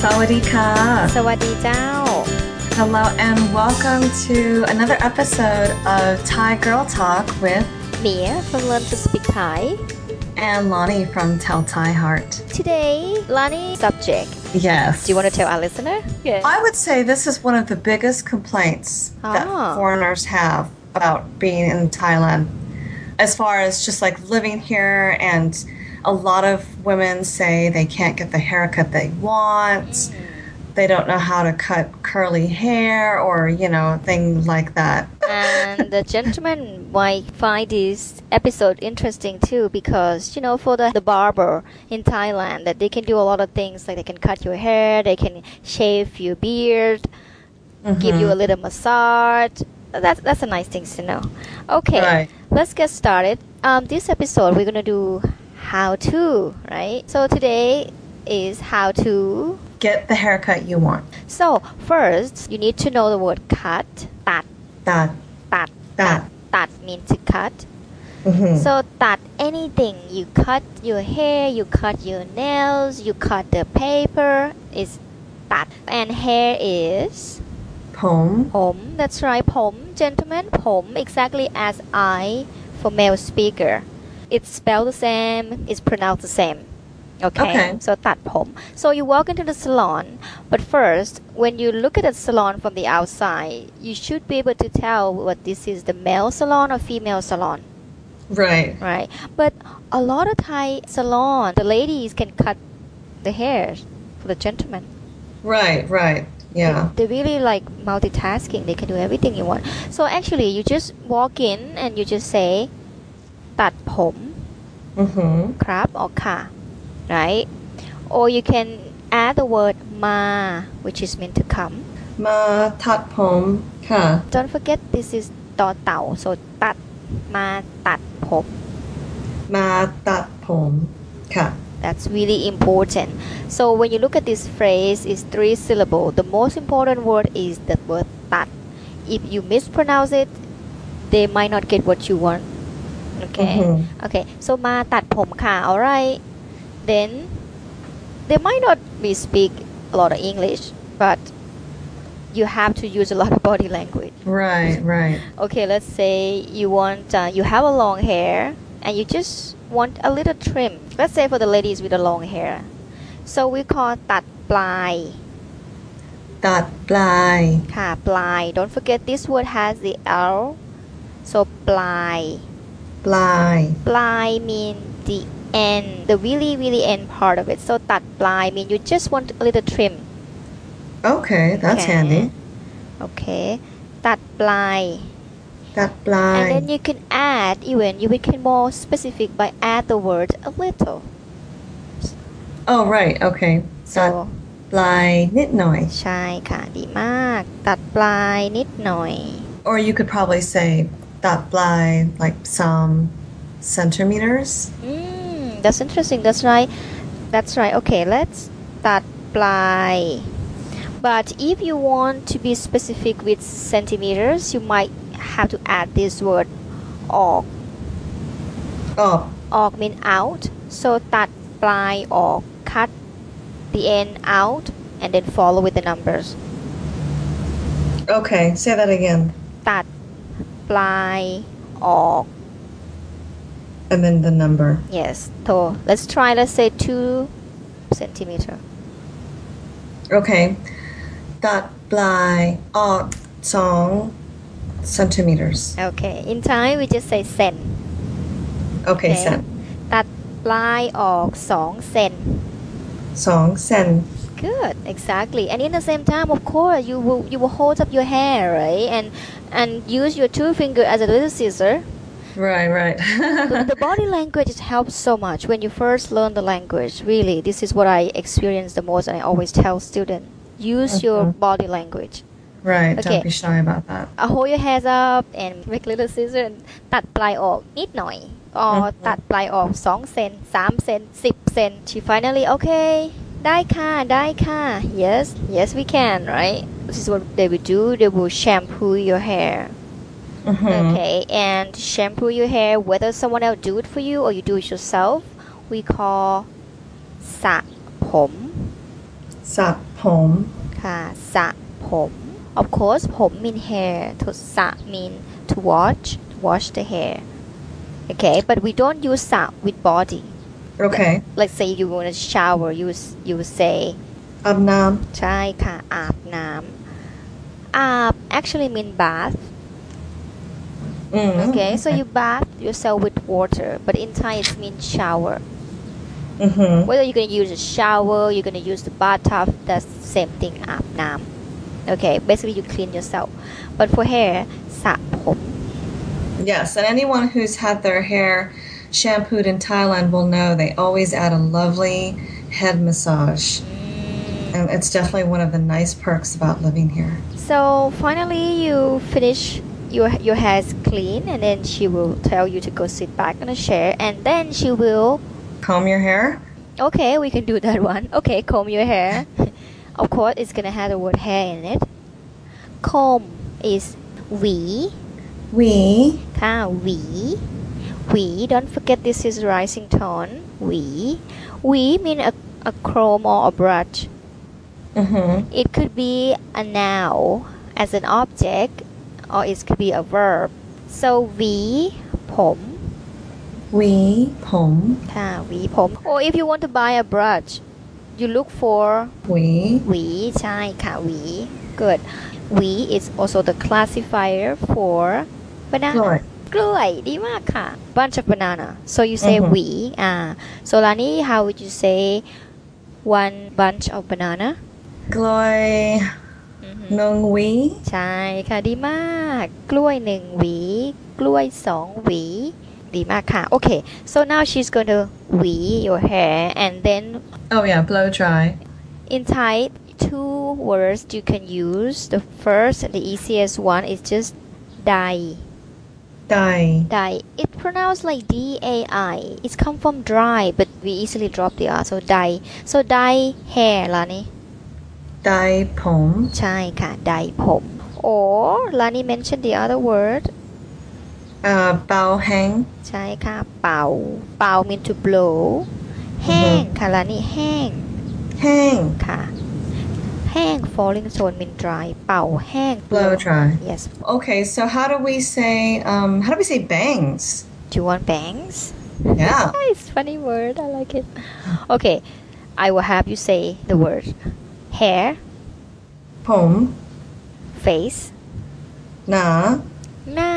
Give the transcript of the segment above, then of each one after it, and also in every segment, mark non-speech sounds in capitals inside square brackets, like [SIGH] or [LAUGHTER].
Sawadika. สวัสดีเจ้า Hello and welcome to another episode of Thai Girl Talk with เมีย from Learn to Speak Thai Anne Lonnie from Tell Thai Heart. today Lani subject Yes. do you want to tell our listener yeah I would say this is one of the biggest complaints that Ah. foreigners have about being in Thailand, as far as just like living here. And a lot of women say they can't get the haircut they want, Mm. they don't know how to cut curly hair, or, you know, thing like that. and the gentleman might find this episode interesting too because you know for the, the barber in Thailand that they can do a lot of things like they can cut your hair they can shave your beard give Mm-hmm. you a little massage that's that's a nice thing to know okay Right. Let's get started. Um, this episode, we're gonna do how to, right? So today is how to. Get the haircut you want. So first, you need to know the word cut. ตัด That. ตัด Tat. ตัด means to cut. mhm. So ตัด anything. You cut your hair, you cut your nails, you cut the paper. Is ตัด and hair is Poem. ผม That's right, ผม gentlemen ผม exactly as I for male speaker. It's spelled the same. It's pronounced the same. Okay. Okay. So ตัดผม So you walk into the salon, but first, when you look at the salon from the outside, you should be able to tell what this is the male salon or female salon, Right. right? But a lot of Thai salon, the ladies can cut the hair for the gentlemen. Right. Right. Yeah. They really like multitasking. They can do everything you want. So actually, you just walk in and you just say, ตัดผม Mm-hmm. ครับ or ค่ะ right? Or you can add the word มา which is meant to come. Ma tat poem ka. Don't forget this is ต่อเต่า so ตัดมาตัดผม Ma tat poem ka. That's really important. So when you look at this phrase, it's three syllable. The most important word is the word ตัด If you mispronounce it, they might not get what you want. Okay. Mhm. Okay, so มาตัดผมค่ะ alright then they might not be speak a lot of English but you have to use a lot of body language Right, right. okay let's say you want uh, you have a long hair and you just want a little trim let's say for the ladies with the long hair so we call ตัดปลาย That fly. ค่ะปลาย don't forget this word has the L so ปลาย Fly. Ply mean the end, the really really end part of it. So ตัด ply mean you just want a little trim. Okay, that's Okay. handy. Okay. ตัด ply. That And then fly. you can add even you become more specific by add the word a little. Oh, right. Okay. So That fly knit noise. ใช่ค่ะดีมาก ตัด ply นิดหน่อย Or you could probably say that fly like some centimeters. Mm, that's interesting. That's right. That's right. Okay, let's start by. But if you want to be specific with centimeters, you might have to add this word "ออก." Oh, "ออก" mean out. So ตัด ปลาย ออก cut the end out and then follow with the numbers. okay. Say that again. ตัด ปลาย ออก And then the number. Yes. So let's try. Let's say two centimeter. Okay. That fly oh, song centimeters. Okay. In Thai, we just say "sen." Okay, Okay. sen. ตัดปลายออก2เซน Song sen. good exactly and in the same time of course you will you will hold up your hair right and and use your two finger as a little scissor Right, right. the, [LAUGHS] the body language it helps so much when you first learn the language really this is what i experience the most and i always tell students use Uh-huh. your body language Right. Okay. Don't be shy about that. uh, hold your hands up and make little scissor and ตัดปลายออกนิดหน่อยอ๋อ อือฮึ ตัดปลายออก2เซน3เซน10เซน she finally okay ได้ค่ะ ได้ค่ะ yes yes we can right this is what they will do they will shampoo your hair Mhm. okay and shampoo your hair whether someone else do it for you or you do it yourself we call สระผม สับผม ค่ะสระผม of course ผม mean hair ทุสระ mean to wash to wash the hair okay but we don't use สระ with body okay like say you want to shower you s- you say อาบน้ ใช่ค่ะ อาบน้ำอาบ actually mean bath ำอืม okay so you bath yourself with water but in Thai it means shower อือหือ whether you're gonna use a shower you're gonna use the bathtub that's the same thing อาบน้ำ okay basically you clean yourself but for hair สระผม Yes, and anyone who's had their hair shampooed in Thailand will know they always add a lovely head massage. And it's definitely one of the nice perks about living here. So finally, you finish your your hair is clean, and then she will tell you to go sit back on a chair, and then she will. Comb your hair? Okay, we can do [LAUGHS] that one. Okay, comb your hair. [LAUGHS] of course, it's gonna have the word hair in it. Comb is หวี We ค่ะหวี หวี don't forget this is rising tone หวี หวี mean a a comb or a brush mm-hmm. It could be a noun as an object, or it could be a verb. So we ผม we pom ค่ะ we ผม Or if you want to buy a brush, you look for we หวีใช่ค่ะหวี Good. หวี is also the classifier for banana. กล้วยดีมากค่ะ bunch of banana. So you say อือฮึ หวีอ่า so Lani how would you say one bunch of banana? Mm-hmm. Gloy อือฮึ nung we ใช่ค่ะดีมาก กล้วยหนึ่งหวี กล้วยสองหวี ดีมากค่ะ โอเค so now she's going to หวี your hair and then Oh yeah, blow dry. in Thai two words you can use the first the easiest one is just dye Dye. dye it pronounced like d a i it's come from dry but we easily drop the r so dye so dye hair ล่ะนี่ Dye pom. ใช่ค่ะ dye ผม or Lani mentioned the other word Uh bao hang. ใช่ค่ะเป่า เป่า mean to blow แห้งค่ะแล้วนี่แห้ง Hang. ค่ะ แห้ง falling zone mean dry เป่าแห้ง Blow dry. yes Okay, so how do we say um how do we say bangs? do you want bangs Yeah. Ah, it's funny word I like it okay I will have you say the word hair Pom. face Na. หน้า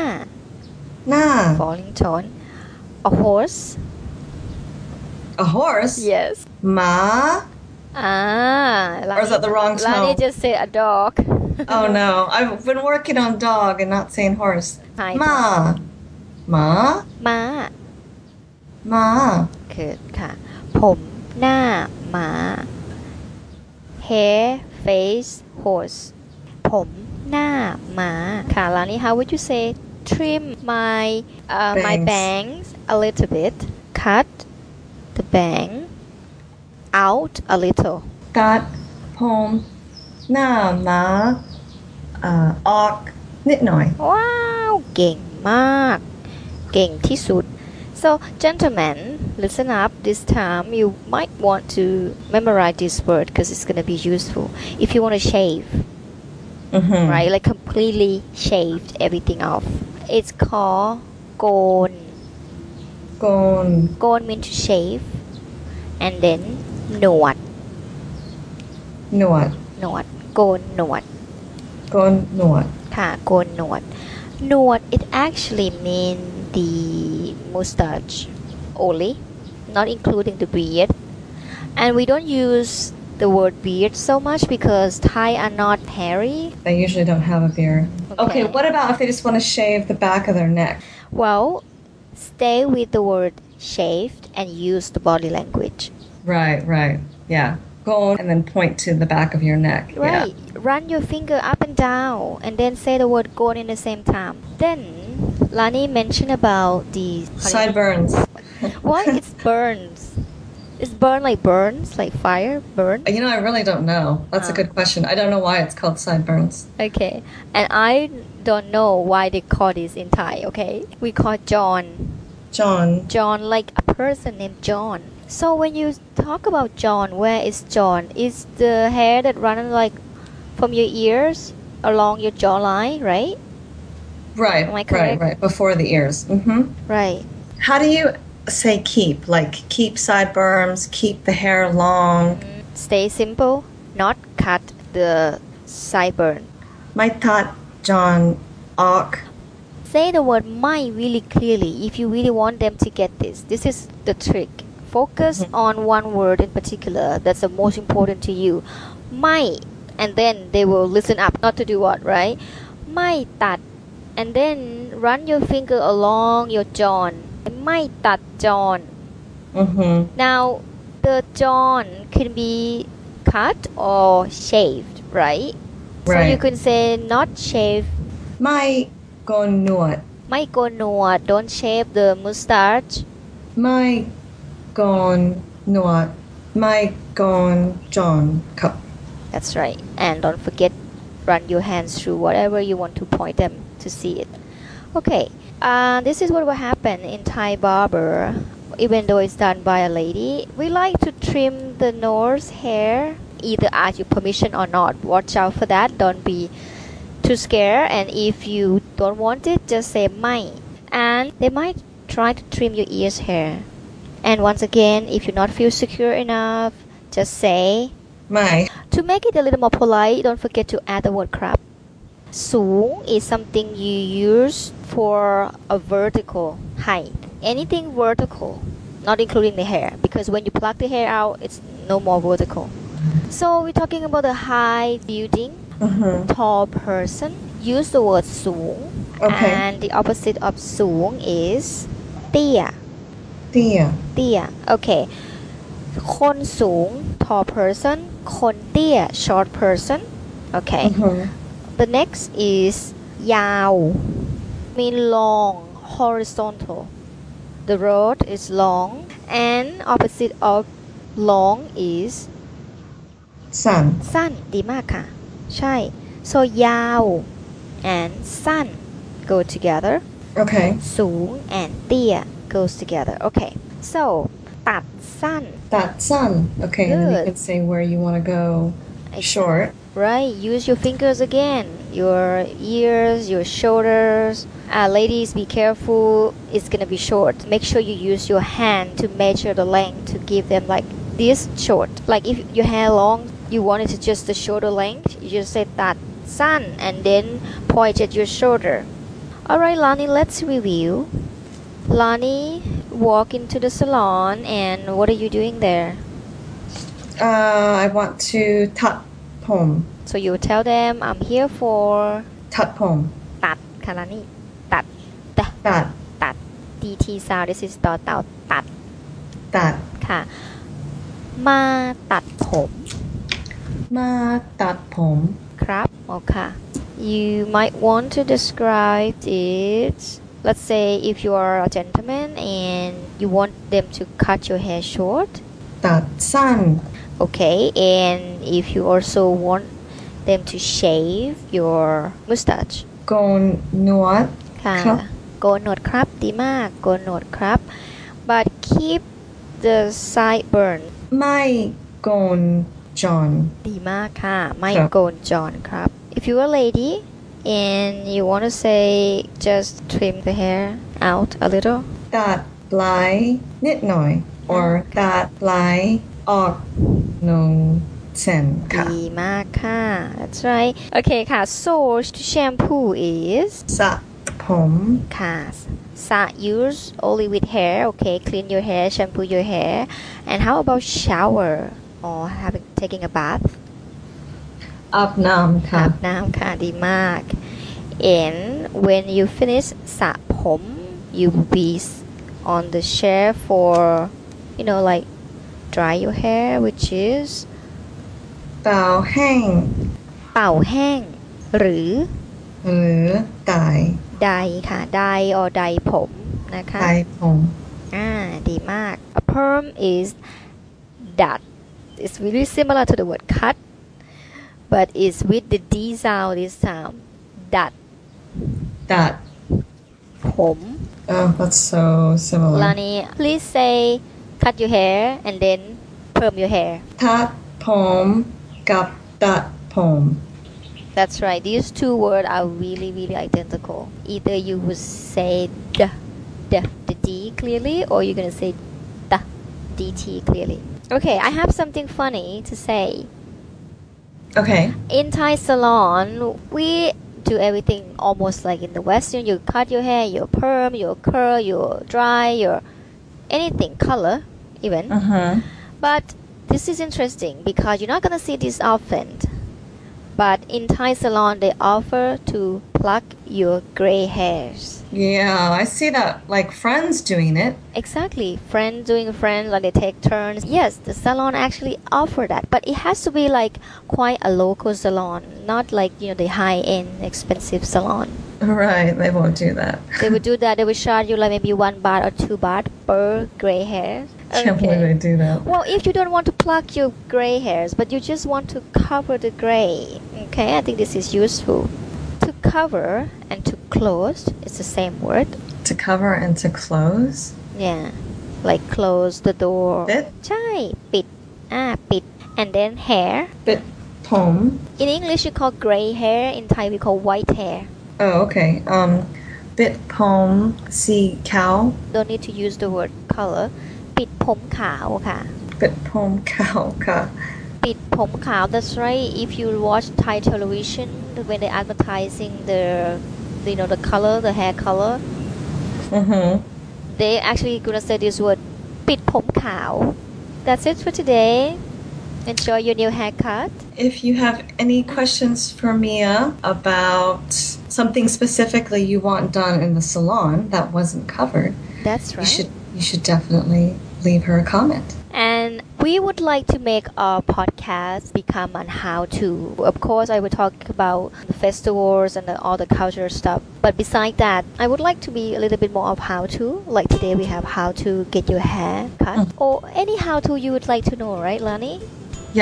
Na. falling zone a horse A horse? yes Ma? ah Or is that the wrong Lani tone? just said a dog Oh Uh-huh. no, I've been working on dog and not saying horse. [LAUGHS] Hi. Ma. Ma? ม Ma. ้าคือค่ะ ผมหน้าหมา hair face horse ผมหน้าหมาค่ะแล้วนี่ how would you say trim my uh, my Bangs. bangs a little bit cut the bang out a little Got. Pom. Na. Ma. Uh, ok. Nitnoi. ว้าว เก่งมาก เก่งที่สุด so gentlemen listen up this time you might want to memorize this word because it's going to be useful if you want to shave Mm-hmm. right like completely shaved everything off it's called โกน Gon. โกน mean to shave and then หนวด Nuat. หนวด โกนหนวด Gon. Nuat. ค่ะโกนหนวดหนวด it actually mean the mustache only not including the beard and we don't use the word beard so much because Thai are not hairy They usually don't have a beard. Okay. what about if they just want to shave the back of their neck? well stay with the word shaved and use the body language Right, right. Yeah. Gon and then point to the back of your neck. Yeah. Right. Run your finger up and down and then say the word gold in the same time. Then Lani mentioned about the Sideburns. [LAUGHS] What? It's burns. It's burn like burns, like fire, burn. You know, I really don't know. That's Oh. a good question. I don't know why it's called sideburns. Okay. And I don't know why they call this in Thai, okay? We call John. John. John like a person named John. So when you talk about John, where is John? Is the hair that runs like from your ears along your jawline, right? Right, Am Oh, I right, correct? right. Before the ears. hmm Right. How do you say keep? Like keep sideburns, keep the hair long. Stay simple. Not cut the sideburn. My thought, John, Ock. Say the word my really clearly if you really want them to get this. This is the trick. Focus on one word in particular that's the most important to you. My and then they will listen up not to do what, right? My tat and then run your finger along your jaw. My tat jaw. hmm Mm-hmm. Now the jaw can be cut or shaved, right? So you Right. can say not shave My gonuat. My gonoa, don't shave the mustache. My gonuat. My gon John cup. That's right. And don't forget, run your hands through whatever you want to point them to see it. Okay, uh, this is what will happen in Thai barber. Even though it's done by a lady, we like to trim the nose hair, either ask your permission or not. Watch out for that. Don't be too scared. And if you don't want it, just say my. And they might try to trim your ears hair. And once again, if you not feel secure enough, just say My To make it a little more polite, don't forget to add the word crab. สูง is something you use for a vertical height. Anything vertical, not including the hair, because when you pluck the hair out, it's no more vertical. So we're talking about a high building, hmm tall person. Use the word สูง Okay. and the opposite of สูง is เตี้ย Thea. เตี้ย okay คนสูง tall person คนเตี้ย short person okay hmm the next is ยาว mean long horizontal the road is long and opposite of long is Sun. สั้นดีมากค่ะ ใช่ so ยาว and สั้น go together Okay. สูง and เตี้ย goes together okay so ตัดสั้น That sun. Okay. And then you Good. can say where you want to go. Short. Right, use your fingers again. Your ears, your shoulders. Uh, ladies, be careful. It's gonna be short. Make sure you use your hand to measure the length to give them like this short. Like if your hair long, you want it to just the shoulder length. You just say that sun and then point at your shoulder. All right, Lonnie, let's review. Lonnie, walk into the salon, and what are you doing there? Uh, I want to tat pom. So you tell them, I'm here for Tat pom. ตัดคารานี่ตัด That. ดีทีซาวดิสิสต่อเต่าตัด That. ค่ะ มาตัดผม Ma tat pom. ครับโอเค you might want to describe it let's say if you are a gentleman and you want them to cut your hair short That sun. okay and if you also want them to shave your mustache Gon nuat. ค่ะ ครับ โกนหนวดครับดีมากโกนหนวดครับ but keep the sideburn My gon John. ดีมากค่ะ ไม่ ครับ โกนจอนครับ if you are a lady and you want to say just trim the hair out a little That fly nit noi. Or that fly og no sen. ดีมากค่ะ that's right โอเคค่ะ so to shampoo is Sat pom. ค่ะ sa use only with hair okay clean your hair shampoo your hair and how about shower or having taking a bath Up nam อาบ ka. น้ำค่ะดีมาก and when you finish สระผม you will be s- on the chair for you know like dry your hair which is Bao hang. เป่าแห้ง หรือ Lu dai. ใดค่ะใดออใดผมนะคะ Dai pom. อ่าดีมาก a perm is dot it's really similar to the word cut but it's with the d sound this time dot That. ผม Oh, that's so similar. Lani, please say cut your hair and then perm your hair. ทัดผมกับตัดผม That's right. These two words are really, really identical. Either you would say the, the, the D clearly, or you're gonna say the, DT clearly. Okay, I have something funny to say. โอเค In Thai salon, we do everything almost like in the West. You, know, you cut your hair, your perm, your curl, your dry, your anything, color even. อือฮึ But this is interesting because you're not gonna see this often. But in Thai salon, they offer to pluck your gray hairs. yeah I see that like friends doing it [LAUGHS] Exactly, friend doing friend, like they take turns. Yes, the salon actually offer that, but it has to be like quite a local salon, not like you know the high end expensive salon. right they won't do that They [LAUGHS] would do that. They would charge you like maybe one baht or two baht per gray hair. can't believe they do that Well, if you don't want to pluck your gray hairs, but you just want to cover the gray, okay, I think this is useful. To cover and to close, it's the same word. to cover and to close Yeah, like close the door. Bit? ใช่, ปิด. Ah, ปิด. And then hair. ปิดผม In English, you call gray hair. In Thai, we call white hair. oh okay um ปิดผมสีขาว Don't need to use the word color. ปิดผมขาวค่ะ ปิดผม [LAUGHS] ขาวค่ะ ปิดผมขาว that's right if you watch Thai television when they advertising the you know the color the hair color อือฮึ they actually gonna say this word ปิดผมขาว that's it for today enjoy your new haircut If you have any questions for Mia about something specifically you want done in the salon that wasn't covered, that's you right should you should definitely leave her a comment. And we would like to make our podcast become on how to. Of course, I would talk about the festivals and the, all the culture stuff. But beside that, I would like to be a little bit more of how to. Like today, we have how to get your hair cut or any how to you would like to know, right, Lani?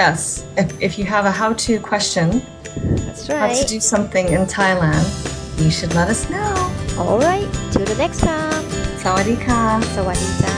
Yes, if, if you have a how-to question, That's how to right. do something in Thailand, you should let us know. All right. Till the next time. Sawadee ka. สวัสดีจ้า